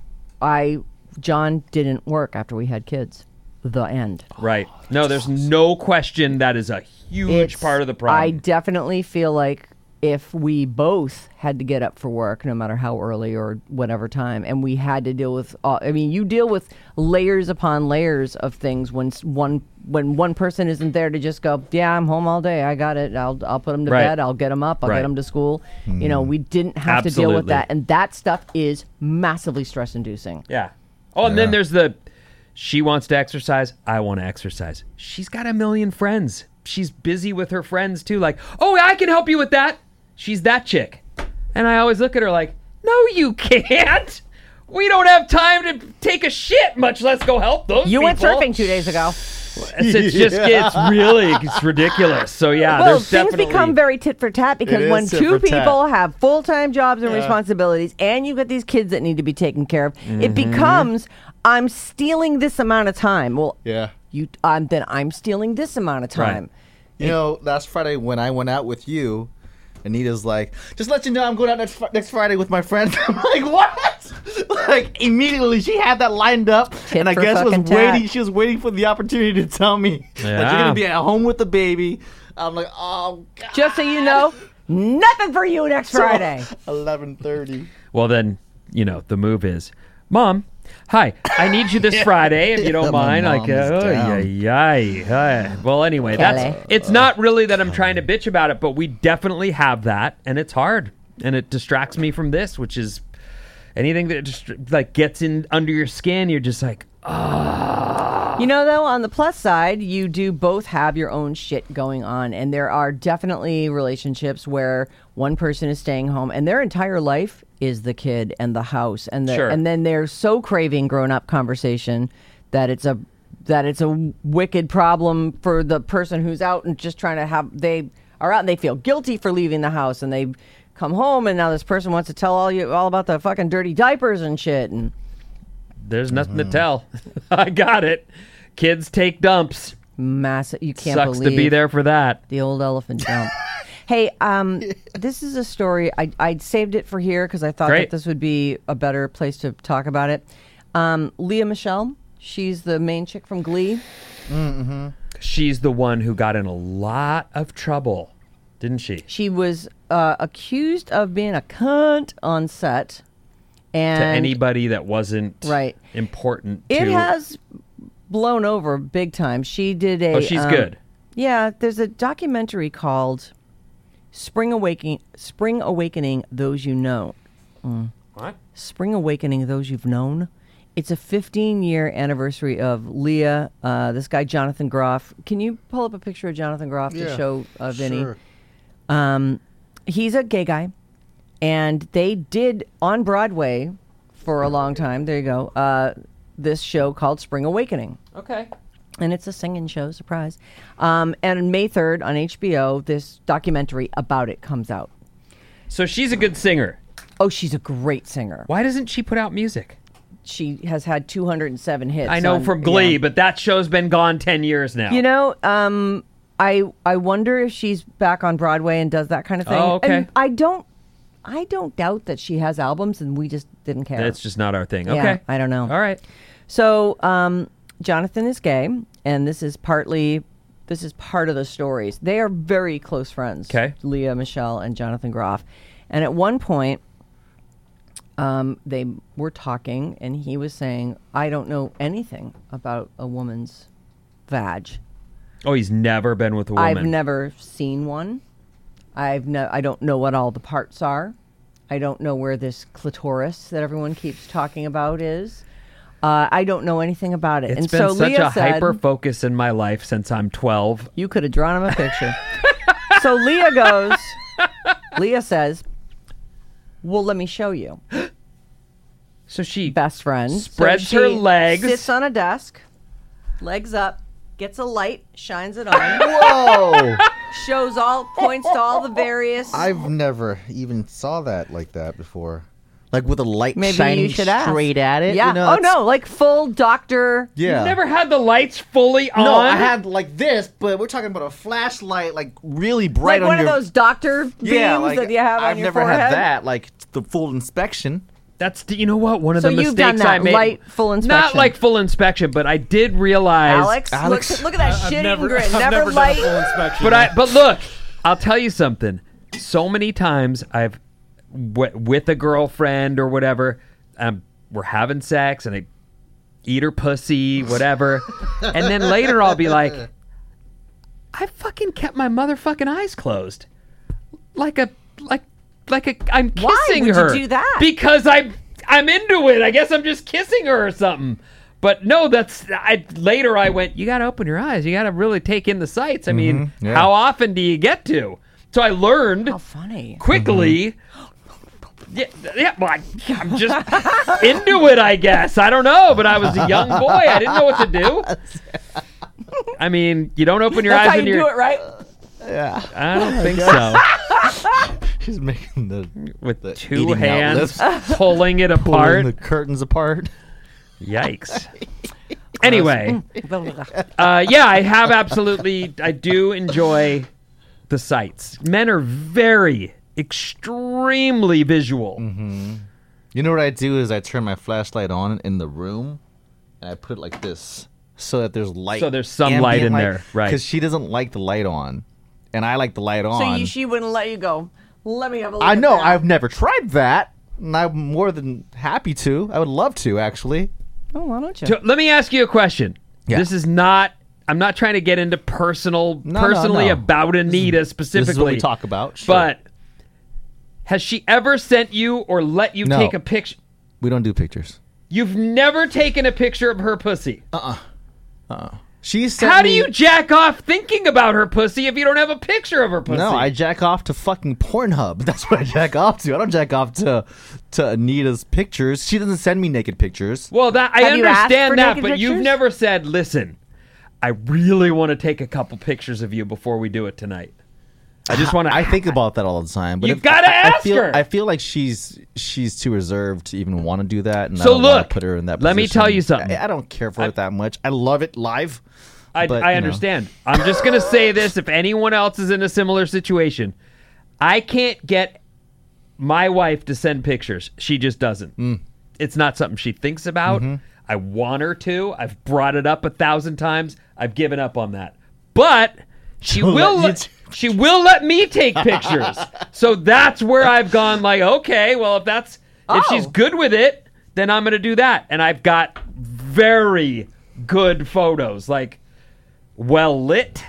Speaker 2: I John didn't work after we had kids. The end.
Speaker 3: Right. No, there's no question that is a huge
Speaker 2: It's-
Speaker 3: part of the
Speaker 2: I
Speaker 3: problem.
Speaker 2: definitely feel like if we both had to get up for work, no matter how early or whatever time, and we had to deal with, all, I mean, you deal with layers upon layers of things when s- one when one person isn't there to just go, yeah, I'm home all day, I got it, I'll I'll put them to
Speaker 3: Right.
Speaker 2: bed, I'll get them up, I'll get
Speaker 3: Right. Hmm.
Speaker 2: them to school. You know, we didn't have to deal with
Speaker 3: Absolutely.
Speaker 2: that, and that stuff is massively stress inducing.
Speaker 3: yeah. Oh, and then there's the she wants to exercise, I want to exercise. She's got a million friends. She's busy with her friends too. Like, oh, I can help you with that. She's that chick. And I always look at her like, no, you can't. We don't have time to take a shit, much less go help those
Speaker 2: You
Speaker 3: people.
Speaker 2: went surfing two days ago.
Speaker 3: It's, it's just it's really it's ridiculous. So yeah,
Speaker 2: Well,
Speaker 3: there's
Speaker 2: things
Speaker 3: definitely
Speaker 2: become very tit for tat because
Speaker 4: is
Speaker 2: when
Speaker 4: tit
Speaker 2: two
Speaker 4: for tat.
Speaker 2: people have full time jobs and responsibilities, and you've got these kids that need to be taken care of,
Speaker 4: Mm-hmm.
Speaker 2: it becomes I'm stealing this amount of time. Well,
Speaker 4: Yeah.
Speaker 2: you, um, then I'm stealing this amount of
Speaker 3: Right.
Speaker 2: time.
Speaker 4: You know, last Friday when I went out with you, Anita's like, just let you know I'm going out next, fr- next Friday with my friends. I'm like, what? like immediately she had that lined up, and I
Speaker 2: for
Speaker 4: guess was
Speaker 2: fucking tat.
Speaker 4: waiting. She was waiting for the opportunity to tell me that
Speaker 3: Yeah.
Speaker 4: you're gonna be at home with the baby. I'm like, oh god.
Speaker 2: Just so you know, nothing for you next Friday.
Speaker 4: Eleven thirty.
Speaker 3: Well, then, you know, the move is, Mom, hi, I need you this Friday if you don't
Speaker 4: My
Speaker 3: mind.
Speaker 4: mom
Speaker 3: Like,
Speaker 4: is
Speaker 3: oh, yeah,
Speaker 4: down.
Speaker 3: yeah, yeah. Well, anyway, that's
Speaker 2: Kelly.
Speaker 3: it's not really that I'm trying to bitch about it, but we definitely have that, and it's hard, and it distracts me from this, which is anything that just like gets in under your skin. You're just like,
Speaker 2: You know, though, on the plus side, you do both have your own shit going on. And there are definitely relationships where one person is staying home and their entire life is the kid and the house. And, the,
Speaker 3: Sure.
Speaker 2: and then they're so craving grown up conversation that it's a. That it's a wicked problem for the person who's out and just trying to have they are out and they feel guilty for leaving the house and they come home and now this person wants to tell all you all about the fucking dirty diapers and shit and
Speaker 3: there's nothing
Speaker 4: Mm.
Speaker 3: to tell. I got it. Kids take dumps.
Speaker 2: massive you can't
Speaker 3: Sucks
Speaker 2: believe
Speaker 3: to be there for that.
Speaker 2: The old elephant jump. hey, um, this is a story. I, I saved it for here because I thought
Speaker 3: Great.
Speaker 2: that this would be a better place to talk about it. Um, Leah Michelle, she's the main chick from Glee.
Speaker 3: She's the one who got in a lot of trouble, didn't she?
Speaker 2: She was uh, accused of being a cunt on set. And
Speaker 3: to anybody that wasn't
Speaker 2: Right.
Speaker 3: important
Speaker 2: It
Speaker 3: to
Speaker 2: has blown over big time. She did a.
Speaker 3: oh she's
Speaker 2: um,
Speaker 3: good
Speaker 2: Yeah, there's a documentary called "Spring Awakening." Spring Awakening, those you know. Mm.
Speaker 3: what
Speaker 2: Spring Awakening, Those You've Known. It's a 15 year anniversary of Leah, uh, this guy, Jonathan Groff. Can you pull up a picture of Jonathan Groff to show uh, Vinny? Um, he's a gay guy, and they did on Broadway for a long time. There you go. Uh, this show called Spring Awakening
Speaker 3: okay
Speaker 2: and it's a singing show surprise um, and may 3rd on hbo this documentary about it comes out
Speaker 3: so she's a good singer
Speaker 2: oh she's a great singer
Speaker 3: why doesn't she put out music
Speaker 2: she has had 207 hits
Speaker 3: i know
Speaker 2: on-
Speaker 3: from glee
Speaker 2: yeah.
Speaker 3: but that show's been gone 10 years now
Speaker 2: you know um, I, I wonder if she's back on broadway and does that kind of thing
Speaker 3: Oh, okay.
Speaker 2: and i don't i don't doubt that she has albums and we just didn't care
Speaker 3: that's just not our thing
Speaker 2: Yeah,
Speaker 3: okay
Speaker 2: I don't know.
Speaker 3: all right
Speaker 2: So um, Jonathan is gay, and this is partly this is part of the stories. They are very close friends.
Speaker 3: Okay.
Speaker 2: Leah Michelle and Jonathan Groff, and at one point. Um, they were talking, and he was saying, "I don't know anything about a woman's vag.
Speaker 3: oh he's never been with a woman
Speaker 2: I've never seen one. I've no, I don't know what all the parts are. I don't know where this clitoris that everyone keeps talking about is. Uh, I don't know anything about it.
Speaker 3: It's
Speaker 2: and
Speaker 3: been
Speaker 2: so
Speaker 3: such
Speaker 2: Leah
Speaker 3: a
Speaker 2: said,
Speaker 3: hyper focus in my life since i'm 12
Speaker 2: "You could have drawn him a picture." So Leah goes, Leah says, Well, let me show you.
Speaker 3: So she
Speaker 2: Best friend. So
Speaker 3: Spreads her
Speaker 2: she
Speaker 3: legs.
Speaker 2: Sits on a desk, legs up, gets a light, shines it on,
Speaker 4: Whoa!
Speaker 2: shows all, points to all the various.
Speaker 4: I've never even saw that like that before. Like with a light
Speaker 2: Maybe
Speaker 4: shining
Speaker 2: you should ask.
Speaker 4: straight at it.
Speaker 2: yeah.
Speaker 4: You know,
Speaker 2: oh,
Speaker 4: it's-
Speaker 2: no. Like full doctor.
Speaker 4: Yeah.
Speaker 3: never had the lights fully on.
Speaker 4: No, I had like this, but we're talking about a flashlight, like really bright
Speaker 2: Like one
Speaker 4: on
Speaker 2: of
Speaker 4: your.
Speaker 2: those doctor beams
Speaker 4: yeah, like,
Speaker 2: that you have on
Speaker 4: I've
Speaker 2: your
Speaker 4: never
Speaker 2: forehead.
Speaker 4: had that, like the full inspection.
Speaker 3: That's you know what one of
Speaker 2: So
Speaker 3: the
Speaker 2: you've
Speaker 3: mistakes
Speaker 2: done
Speaker 3: I
Speaker 2: that
Speaker 3: made.
Speaker 2: light full
Speaker 3: Not
Speaker 2: inspection.
Speaker 3: like full inspection, but I did realize
Speaker 2: Alex,
Speaker 4: Alex-
Speaker 2: Look, look at that shit
Speaker 5: I've
Speaker 2: eating
Speaker 5: never,
Speaker 2: grin.
Speaker 5: I've
Speaker 2: Never,
Speaker 5: never
Speaker 2: light.
Speaker 5: done a full inspection.
Speaker 3: But I but look, I'll tell you something. So many times I've w- with a girlfriend or whatever, um, we're having sex and I eat her pussy, whatever, and then later I'll be like, I fucking kept my motherfucking eyes closed, like a like like a I'm kissing
Speaker 2: Why would you
Speaker 3: her.
Speaker 2: do that?
Speaker 3: Because I'm I'm into it. I guess I'm just kissing her or something. But no, that's I later I went, you got to open your eyes. You got to really take in the sights. I mean,
Speaker 4: Mm-hmm. yeah.
Speaker 3: how often do you get to? So I learned
Speaker 2: How funny.
Speaker 3: quickly.
Speaker 4: Mm-hmm.
Speaker 3: Yeah, yeah, well, I, I'm just into it, I guess. I don't know, but I was a young boy. I didn't know what to do. I mean, you don't open your
Speaker 2: That's
Speaker 3: eyes
Speaker 2: how
Speaker 3: and
Speaker 2: you do
Speaker 3: you're.
Speaker 2: it, right?
Speaker 3: I
Speaker 4: Oh
Speaker 3: don't think so.
Speaker 4: She's making the
Speaker 3: With
Speaker 4: The
Speaker 3: two
Speaker 4: eating
Speaker 3: hands pulling it apart.
Speaker 4: pulling the curtains apart.
Speaker 3: Yikes. Anyway, uh, yeah, I have absolutely. I do enjoy the sights. Men are very, extremely visual.
Speaker 4: Mm-hmm. You know what I do is I turn my flashlight on in the room, and I put it like this so that there's light.
Speaker 3: So there's some light in there, right.
Speaker 4: Because she doesn't like the light on, and I like the light on.
Speaker 2: So you, she wouldn't let you go. Let me have a look.
Speaker 4: I
Speaker 2: at
Speaker 4: know.
Speaker 2: that.
Speaker 4: I've never tried that, and I'm more than happy to. I would love to actually.
Speaker 2: Oh, why don't you?
Speaker 3: So let me ask you a question.
Speaker 4: Yeah.
Speaker 3: This is not. I'm not trying to get into personal,
Speaker 4: No, no,
Speaker 3: personally
Speaker 4: no.
Speaker 3: about Anita specifically.
Speaker 4: This is what we talk about. Sure.
Speaker 3: But has she ever sent you or let you
Speaker 4: No.
Speaker 3: take a picture?
Speaker 4: we don't do pictures.
Speaker 3: You've never taken a picture of her pussy.
Speaker 4: Uh, She sent
Speaker 3: How do
Speaker 4: me-
Speaker 3: you jack off thinking about her pussy if you don't have a picture of her pussy?
Speaker 4: No, I jack off to fucking Pornhub. That's what I jack off to. I don't jack off to to Anita's pictures. She doesn't send me naked pictures.
Speaker 3: Well, that I
Speaker 2: Have you asked for
Speaker 3: understand that, but
Speaker 2: naked
Speaker 3: you've
Speaker 2: pictures?
Speaker 3: never said, "Listen, I really want to take a couple pictures of you before we do it tonight." I just want to.
Speaker 4: I think about that all the time. But
Speaker 3: You
Speaker 4: if-
Speaker 3: gotta
Speaker 4: I, I
Speaker 3: ask
Speaker 4: feel,
Speaker 3: her!
Speaker 4: I feel like she's she's too reserved to even want to do that. And I
Speaker 3: So
Speaker 4: don't wanna
Speaker 3: look,
Speaker 4: put her in that.
Speaker 3: let me
Speaker 4: position.
Speaker 3: tell you something.
Speaker 4: I, I don't care for it that much. I love it live.
Speaker 3: I,
Speaker 4: but,
Speaker 3: I
Speaker 4: you know.
Speaker 3: understand. I'm just going to say this if anyone else is in a similar situation. I can't get my wife to send pictures. She just doesn't.
Speaker 4: Mm.
Speaker 3: It's not something she thinks about.
Speaker 4: Mm-hmm.
Speaker 3: I want her to. I've brought it up a thousand times. I've given up on that. But she will
Speaker 4: let you
Speaker 3: let, she will let me take pictures. so that's where I've gone like, okay, well if that's if she's
Speaker 2: Oh.
Speaker 3: good with it, then I'm going to do that. And I've got very good photos. Like well lit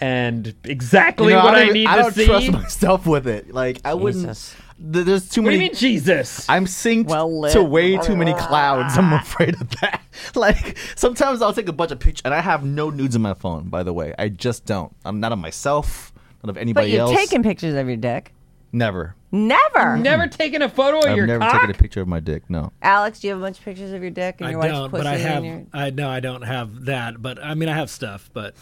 Speaker 3: and exactly
Speaker 4: Mm. You know,
Speaker 3: what
Speaker 4: I
Speaker 3: I,
Speaker 4: don't, even-
Speaker 3: need
Speaker 4: I
Speaker 3: to
Speaker 4: don't
Speaker 3: see.
Speaker 4: trust myself with it. Like I wouldn't.
Speaker 2: Jesus.
Speaker 4: th- There's too
Speaker 3: What do
Speaker 4: many.
Speaker 3: you mean, Jesus?
Speaker 4: I'm synced
Speaker 2: Well-lit.
Speaker 4: to way too many clouds. I'm afraid of that. Like sometimes I'll take a bunch of pictures, and I have no nudes in my phone. By the way, I just don't. I'm not of myself, not of
Speaker 2: but
Speaker 4: anybody
Speaker 2: you've
Speaker 4: else.
Speaker 2: taken pictures of your dick.
Speaker 4: never.
Speaker 2: Never.
Speaker 3: never taken a photo of
Speaker 4: I've
Speaker 3: your
Speaker 4: never
Speaker 3: cock.
Speaker 4: taken a picture of my dick. No.
Speaker 2: Alex, do you have a bunch of pictures of your dick and
Speaker 5: I
Speaker 2: your wife's
Speaker 5: don't,
Speaker 2: pussy?
Speaker 5: but I
Speaker 2: and
Speaker 5: have.
Speaker 2: your...
Speaker 5: I no, I don't have that. But I mean, I have stuff. But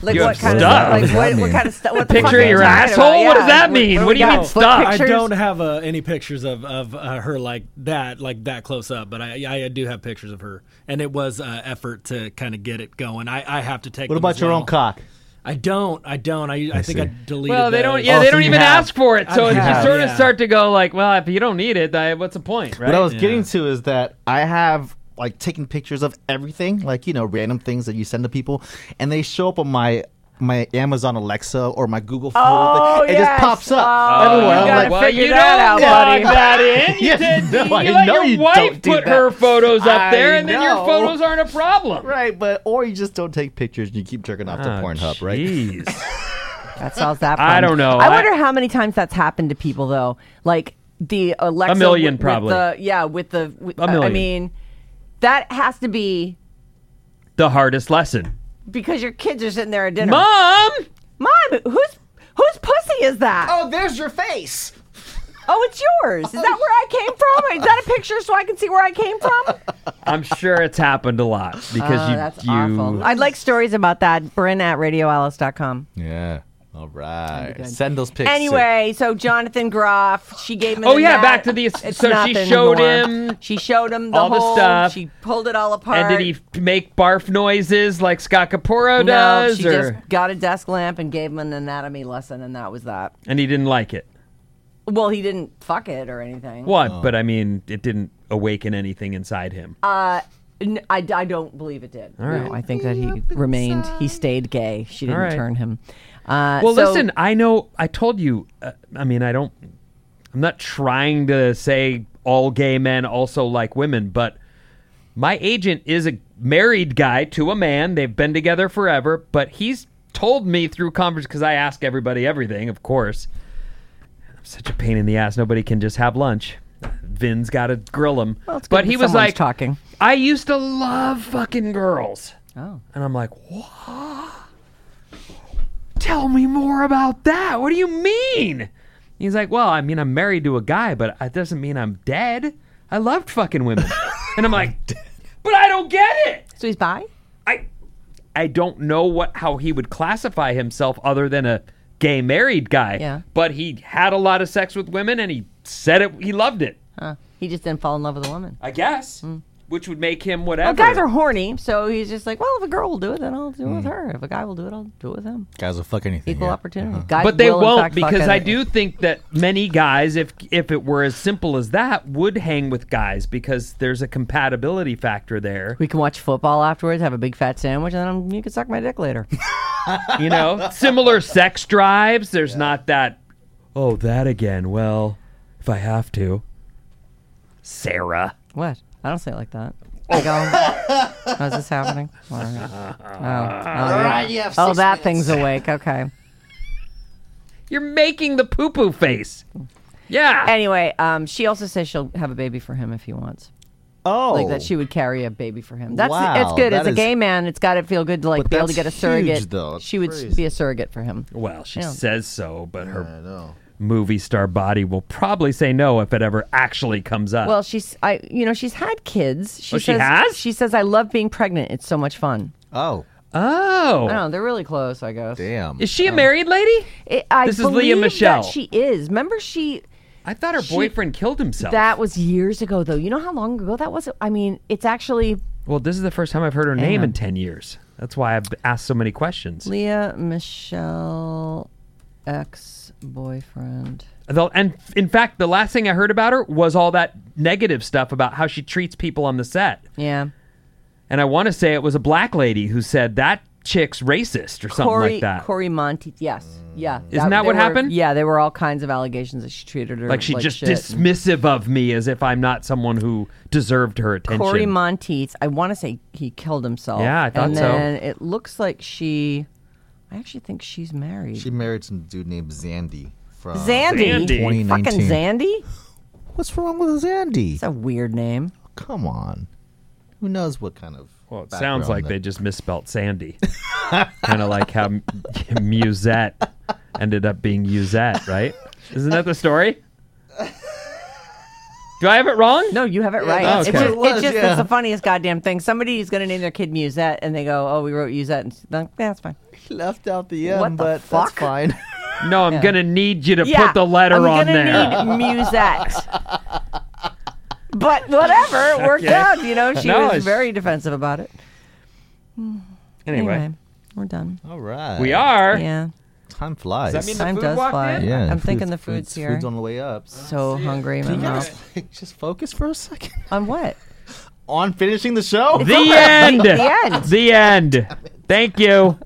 Speaker 2: Like
Speaker 3: You
Speaker 2: what
Speaker 3: have
Speaker 2: kind of
Speaker 3: stuff.
Speaker 2: stuff?
Speaker 4: What
Speaker 2: Like what,
Speaker 4: does
Speaker 2: what
Speaker 4: that
Speaker 2: kind of stuff? What the
Speaker 3: Picture
Speaker 2: fuck are
Speaker 3: of
Speaker 2: you
Speaker 3: your
Speaker 2: talking about?
Speaker 3: asshole? What does
Speaker 2: Yeah.
Speaker 3: that mean? What do you
Speaker 2: we
Speaker 3: mean,
Speaker 2: got?
Speaker 3: stuff?
Speaker 2: Foot
Speaker 3: I
Speaker 5: I
Speaker 2: pictures?
Speaker 5: don't have uh, any pictures of of uh, her like that, like that close up. But I, I do have pictures of her, and it was uh, effort to kind of get it going. I, I have to take.
Speaker 4: What
Speaker 5: them
Speaker 4: about
Speaker 5: as
Speaker 4: your
Speaker 5: well.
Speaker 4: own cock?
Speaker 5: I don't. I don't. I, I, think I
Speaker 4: see.
Speaker 5: deleted.
Speaker 3: Well, they
Speaker 5: those.
Speaker 3: don't. Yeah,
Speaker 4: Oh,
Speaker 3: they
Speaker 4: so
Speaker 3: don't
Speaker 4: you
Speaker 3: even
Speaker 4: have-
Speaker 3: ask for it. So
Speaker 5: I
Speaker 3: you
Speaker 5: have,
Speaker 3: sort of
Speaker 5: yeah.
Speaker 3: start to go like, well, if you don't need it, I, what's the point, right?
Speaker 4: What I was getting to is that I have like taken pictures of everything, like you know, random things that you send to people, and they show up on my my Amazon Alexa or my Google Photo.
Speaker 2: Oh,
Speaker 4: thing. It just
Speaker 2: yes.
Speaker 4: pops up
Speaker 2: Oh,
Speaker 4: everywhere.
Speaker 2: you
Speaker 4: I'm
Speaker 2: gotta
Speaker 4: like,
Speaker 2: Well,
Speaker 3: well, you
Speaker 2: figure
Speaker 3: don't
Speaker 2: that out, buddy.
Speaker 3: log that in. You,
Speaker 4: Yes,
Speaker 3: did,
Speaker 4: no,
Speaker 3: you
Speaker 4: I
Speaker 3: let
Speaker 4: know
Speaker 3: your
Speaker 4: you
Speaker 3: wife
Speaker 4: don't do
Speaker 3: put
Speaker 4: that.
Speaker 3: her photos up
Speaker 4: I
Speaker 3: there, and then your
Speaker 4: know.
Speaker 3: photos aren't a problem.
Speaker 4: Right, but or you just don't take pictures and you keep jerking off to Pornhub, right?
Speaker 3: Ah, Jeez.
Speaker 2: That solves that.
Speaker 3: I
Speaker 2: problem.
Speaker 3: don't know.
Speaker 2: I,
Speaker 3: I-
Speaker 2: wonder how many times that's happened to people though. Like the Alexa.
Speaker 3: A million,
Speaker 2: with- with
Speaker 3: probably.
Speaker 2: the- yeah, with the. With,
Speaker 3: A million.
Speaker 2: I mean, that has to be
Speaker 3: The hardest lesson,
Speaker 2: because your kids are sitting there at dinner.
Speaker 3: Mom.
Speaker 2: Mom, who's Whose pussy is that?
Speaker 4: Oh, there's your face.
Speaker 2: Oh, it's yours. Is that where I came from? Is that a picture so I can see where I came from?
Speaker 3: I'm sure it's happened a lot because
Speaker 2: Oh,
Speaker 3: you.
Speaker 2: that's
Speaker 3: you
Speaker 2: awful. I'd like stories about that. Bryn at radioalice.com.
Speaker 4: Yeah. All right. Send those pics.
Speaker 2: Anyway, so Jonathan Groff, she gave him.
Speaker 3: Oh,
Speaker 2: the
Speaker 3: yeah,
Speaker 2: nut.
Speaker 3: back to the-
Speaker 2: It's
Speaker 3: so she
Speaker 2: nothing
Speaker 3: showed
Speaker 2: more.
Speaker 3: him
Speaker 2: She showed him the
Speaker 3: all the
Speaker 2: whole,
Speaker 3: stuff.
Speaker 2: She pulled it all apart.
Speaker 3: and did he f- make barf noises like Scott Caporo
Speaker 2: No,
Speaker 3: does?
Speaker 2: she
Speaker 3: or,
Speaker 2: just got a desk lamp and gave him an anatomy lesson, and that was that.
Speaker 3: and he didn't like it.
Speaker 2: Well, he didn't fuck it or anything.
Speaker 3: What? But I mean, it didn't awaken anything inside him.
Speaker 2: Uh, N- I, I don't believe it did. No, I think that he remained. He stayed gay. She didn't
Speaker 3: All right.
Speaker 2: turn him. Uh,
Speaker 3: well,
Speaker 2: so-
Speaker 3: listen, I know. I told you. Uh, I mean, I don't. I'm not trying to say all gay men also like women, but my agent is a married guy to a man. They've been together forever, but he's told me through converse because I ask everybody everything, of course. I'm such a pain in the ass. Nobody can just have lunch. Vin's got to grill him.
Speaker 2: Well, it's good
Speaker 3: but
Speaker 2: that
Speaker 3: he was
Speaker 2: someone's
Speaker 3: like
Speaker 2: talking.
Speaker 3: I used to love fucking girls.
Speaker 2: Oh.
Speaker 3: And I'm like, what? Tell me more about that. What do you mean? He's like, well, I mean, I'm married to a guy, but it doesn't mean I'm dead. I loved fucking women. and I'm like, but I don't get it.
Speaker 2: So he's bi?
Speaker 3: I, I don't know what how he would classify himself other than a gay married guy.
Speaker 2: Yeah.
Speaker 3: But he had a lot of sex with women, and he said it. He loved it.
Speaker 2: Huh. He just didn't fall in love with a woman.
Speaker 3: I guess. Which would make him
Speaker 2: Mm. Well,
Speaker 3: whatever.
Speaker 2: guys are horny, so he's just like, well, if a girl will do it, then I'll do it with her. If a guy will do it, I'll do it with him.
Speaker 4: Guys will fuck anything.
Speaker 2: Equal
Speaker 4: Hmm. yeah. uh-huh.
Speaker 2: opportunity. Guys
Speaker 3: but they
Speaker 2: will, in
Speaker 3: won't
Speaker 2: fact, fuck
Speaker 3: because I
Speaker 2: anything.
Speaker 3: do think that many guys, if if it were as simple as that, would hang with guys because there's a compatibility factor there.
Speaker 2: We can watch football afterwards, have a big fat sandwich, and then um, you can suck my dick later.
Speaker 3: You know, similar sex drives. There's not that. Oh, that again. Well, if I have to, Sarah.
Speaker 2: what? I don't say it like that. I go, oh, is this happening? All right. Oh, oh, yeah.
Speaker 4: you have
Speaker 2: Oh,
Speaker 4: six
Speaker 2: that
Speaker 4: minutes.
Speaker 2: thing's awake. Okay.
Speaker 3: You're making the poo poo face. Yeah.
Speaker 2: Anyway, um, she also says she'll have a baby for him if he wants.
Speaker 4: Oh.
Speaker 2: Like that she would carry a baby for him. That's it's
Speaker 4: Wow,
Speaker 2: good.
Speaker 4: that
Speaker 2: As a
Speaker 4: is-
Speaker 2: gay man, it's got to feel good to like
Speaker 4: But
Speaker 2: be able to
Speaker 4: that's
Speaker 2: get a
Speaker 4: huge,
Speaker 2: surrogate.
Speaker 4: though. That's
Speaker 2: She would s-
Speaker 4: crazy.
Speaker 2: be a surrogate for him.
Speaker 3: well, she
Speaker 2: Yeah.
Speaker 3: says so, but
Speaker 4: I
Speaker 3: her
Speaker 4: know.
Speaker 3: movie star body will probably say no if it ever actually comes up.
Speaker 2: Well, she's I you know she's had kids. She
Speaker 3: Oh, she
Speaker 2: says
Speaker 3: has?
Speaker 2: she says I love being pregnant. It's so much fun.
Speaker 4: Oh,
Speaker 3: oh.
Speaker 2: I don't know. They're really close, I guess.
Speaker 4: damn.
Speaker 3: Is she a married lady?
Speaker 2: It- I
Speaker 3: This is Leah
Speaker 2: believe that
Speaker 3: Michele.
Speaker 2: she is. Remember she
Speaker 3: I thought her
Speaker 2: She-
Speaker 3: boyfriend killed himself.
Speaker 2: that was years ago though. You know how long ago that was? I mean, it's actually
Speaker 3: well, this is the first time I've heard her name
Speaker 2: Damn.
Speaker 3: in 10 years. That's why I've asked so many questions.
Speaker 2: Leah Michelle ex boyfriend.
Speaker 3: Though- And in fact, the last thing I heard about her was all that negative stuff about how she treats people on the set.
Speaker 2: Yeah.
Speaker 3: And I want to say it was a black lady who said that chick's racist or something
Speaker 2: Corey,
Speaker 3: like that.
Speaker 2: Corey Monteith. Yes. Yeah.
Speaker 3: Isn't that
Speaker 2: there
Speaker 3: what
Speaker 2: were-
Speaker 3: happened?
Speaker 2: Yeah, there were all kinds of allegations that she treated her
Speaker 3: like she's just
Speaker 2: shit.
Speaker 3: dismissive of me as if I'm not someone who deserved her attention.
Speaker 2: Corey Monteith. I want to say he killed himself.
Speaker 3: Yeah, I thought
Speaker 2: and
Speaker 3: so.
Speaker 2: then it looks like she. I actually think she's married.
Speaker 4: She married some dude named Zandy from
Speaker 2: Zandy.
Speaker 3: Zandy.
Speaker 4: 2019.
Speaker 2: Fucking Zandy.
Speaker 4: What's wrong with Zandy?
Speaker 2: It's a weird name.
Speaker 4: Come on. Who knows what kind of.
Speaker 3: well, it
Speaker 4: background
Speaker 3: sounds like
Speaker 4: that-
Speaker 3: they just misspelt Sandy. kind of like how M- Musette ended up being Usette, right? Isn't that the story? Do I have it wrong?
Speaker 2: No, you have it right.
Speaker 3: that's
Speaker 2: It's
Speaker 3: what
Speaker 2: just,
Speaker 4: it was,
Speaker 2: it's just
Speaker 4: yeah.
Speaker 2: it's the funniest goddamn thing. Somebody's going to name their kid Musette, and they go, "Oh, we wrote Musette," and she's like, yeah, that's fine.
Speaker 4: He left out the M,
Speaker 2: What the
Speaker 4: but
Speaker 2: fuck?
Speaker 4: that's fine.
Speaker 3: No, I'm gonna need you to
Speaker 2: Yeah,
Speaker 3: put the letter
Speaker 2: I'm
Speaker 3: on
Speaker 2: gonna
Speaker 3: there.
Speaker 2: Need Musette. but whatever, it worked
Speaker 3: Okay.
Speaker 2: out. You know, she
Speaker 3: No,
Speaker 2: was
Speaker 3: it's-
Speaker 2: very defensive about it.
Speaker 3: anyway,
Speaker 2: we're done.
Speaker 4: All right.
Speaker 3: we are.
Speaker 2: Yeah,
Speaker 4: Time flies.
Speaker 3: Does that mean the
Speaker 2: time
Speaker 3: food
Speaker 2: does
Speaker 3: walked
Speaker 2: fly.
Speaker 3: in?
Speaker 4: yeah,
Speaker 2: I'm
Speaker 4: food's-
Speaker 2: thinking the food's, here.
Speaker 4: Food's on the way up.
Speaker 2: so hungry, my
Speaker 4: Can you
Speaker 2: mouth.
Speaker 4: guys like, just focus for a second
Speaker 2: On what?
Speaker 4: on finishing the show?
Speaker 3: The end.
Speaker 2: The end.
Speaker 3: The end. Thank you.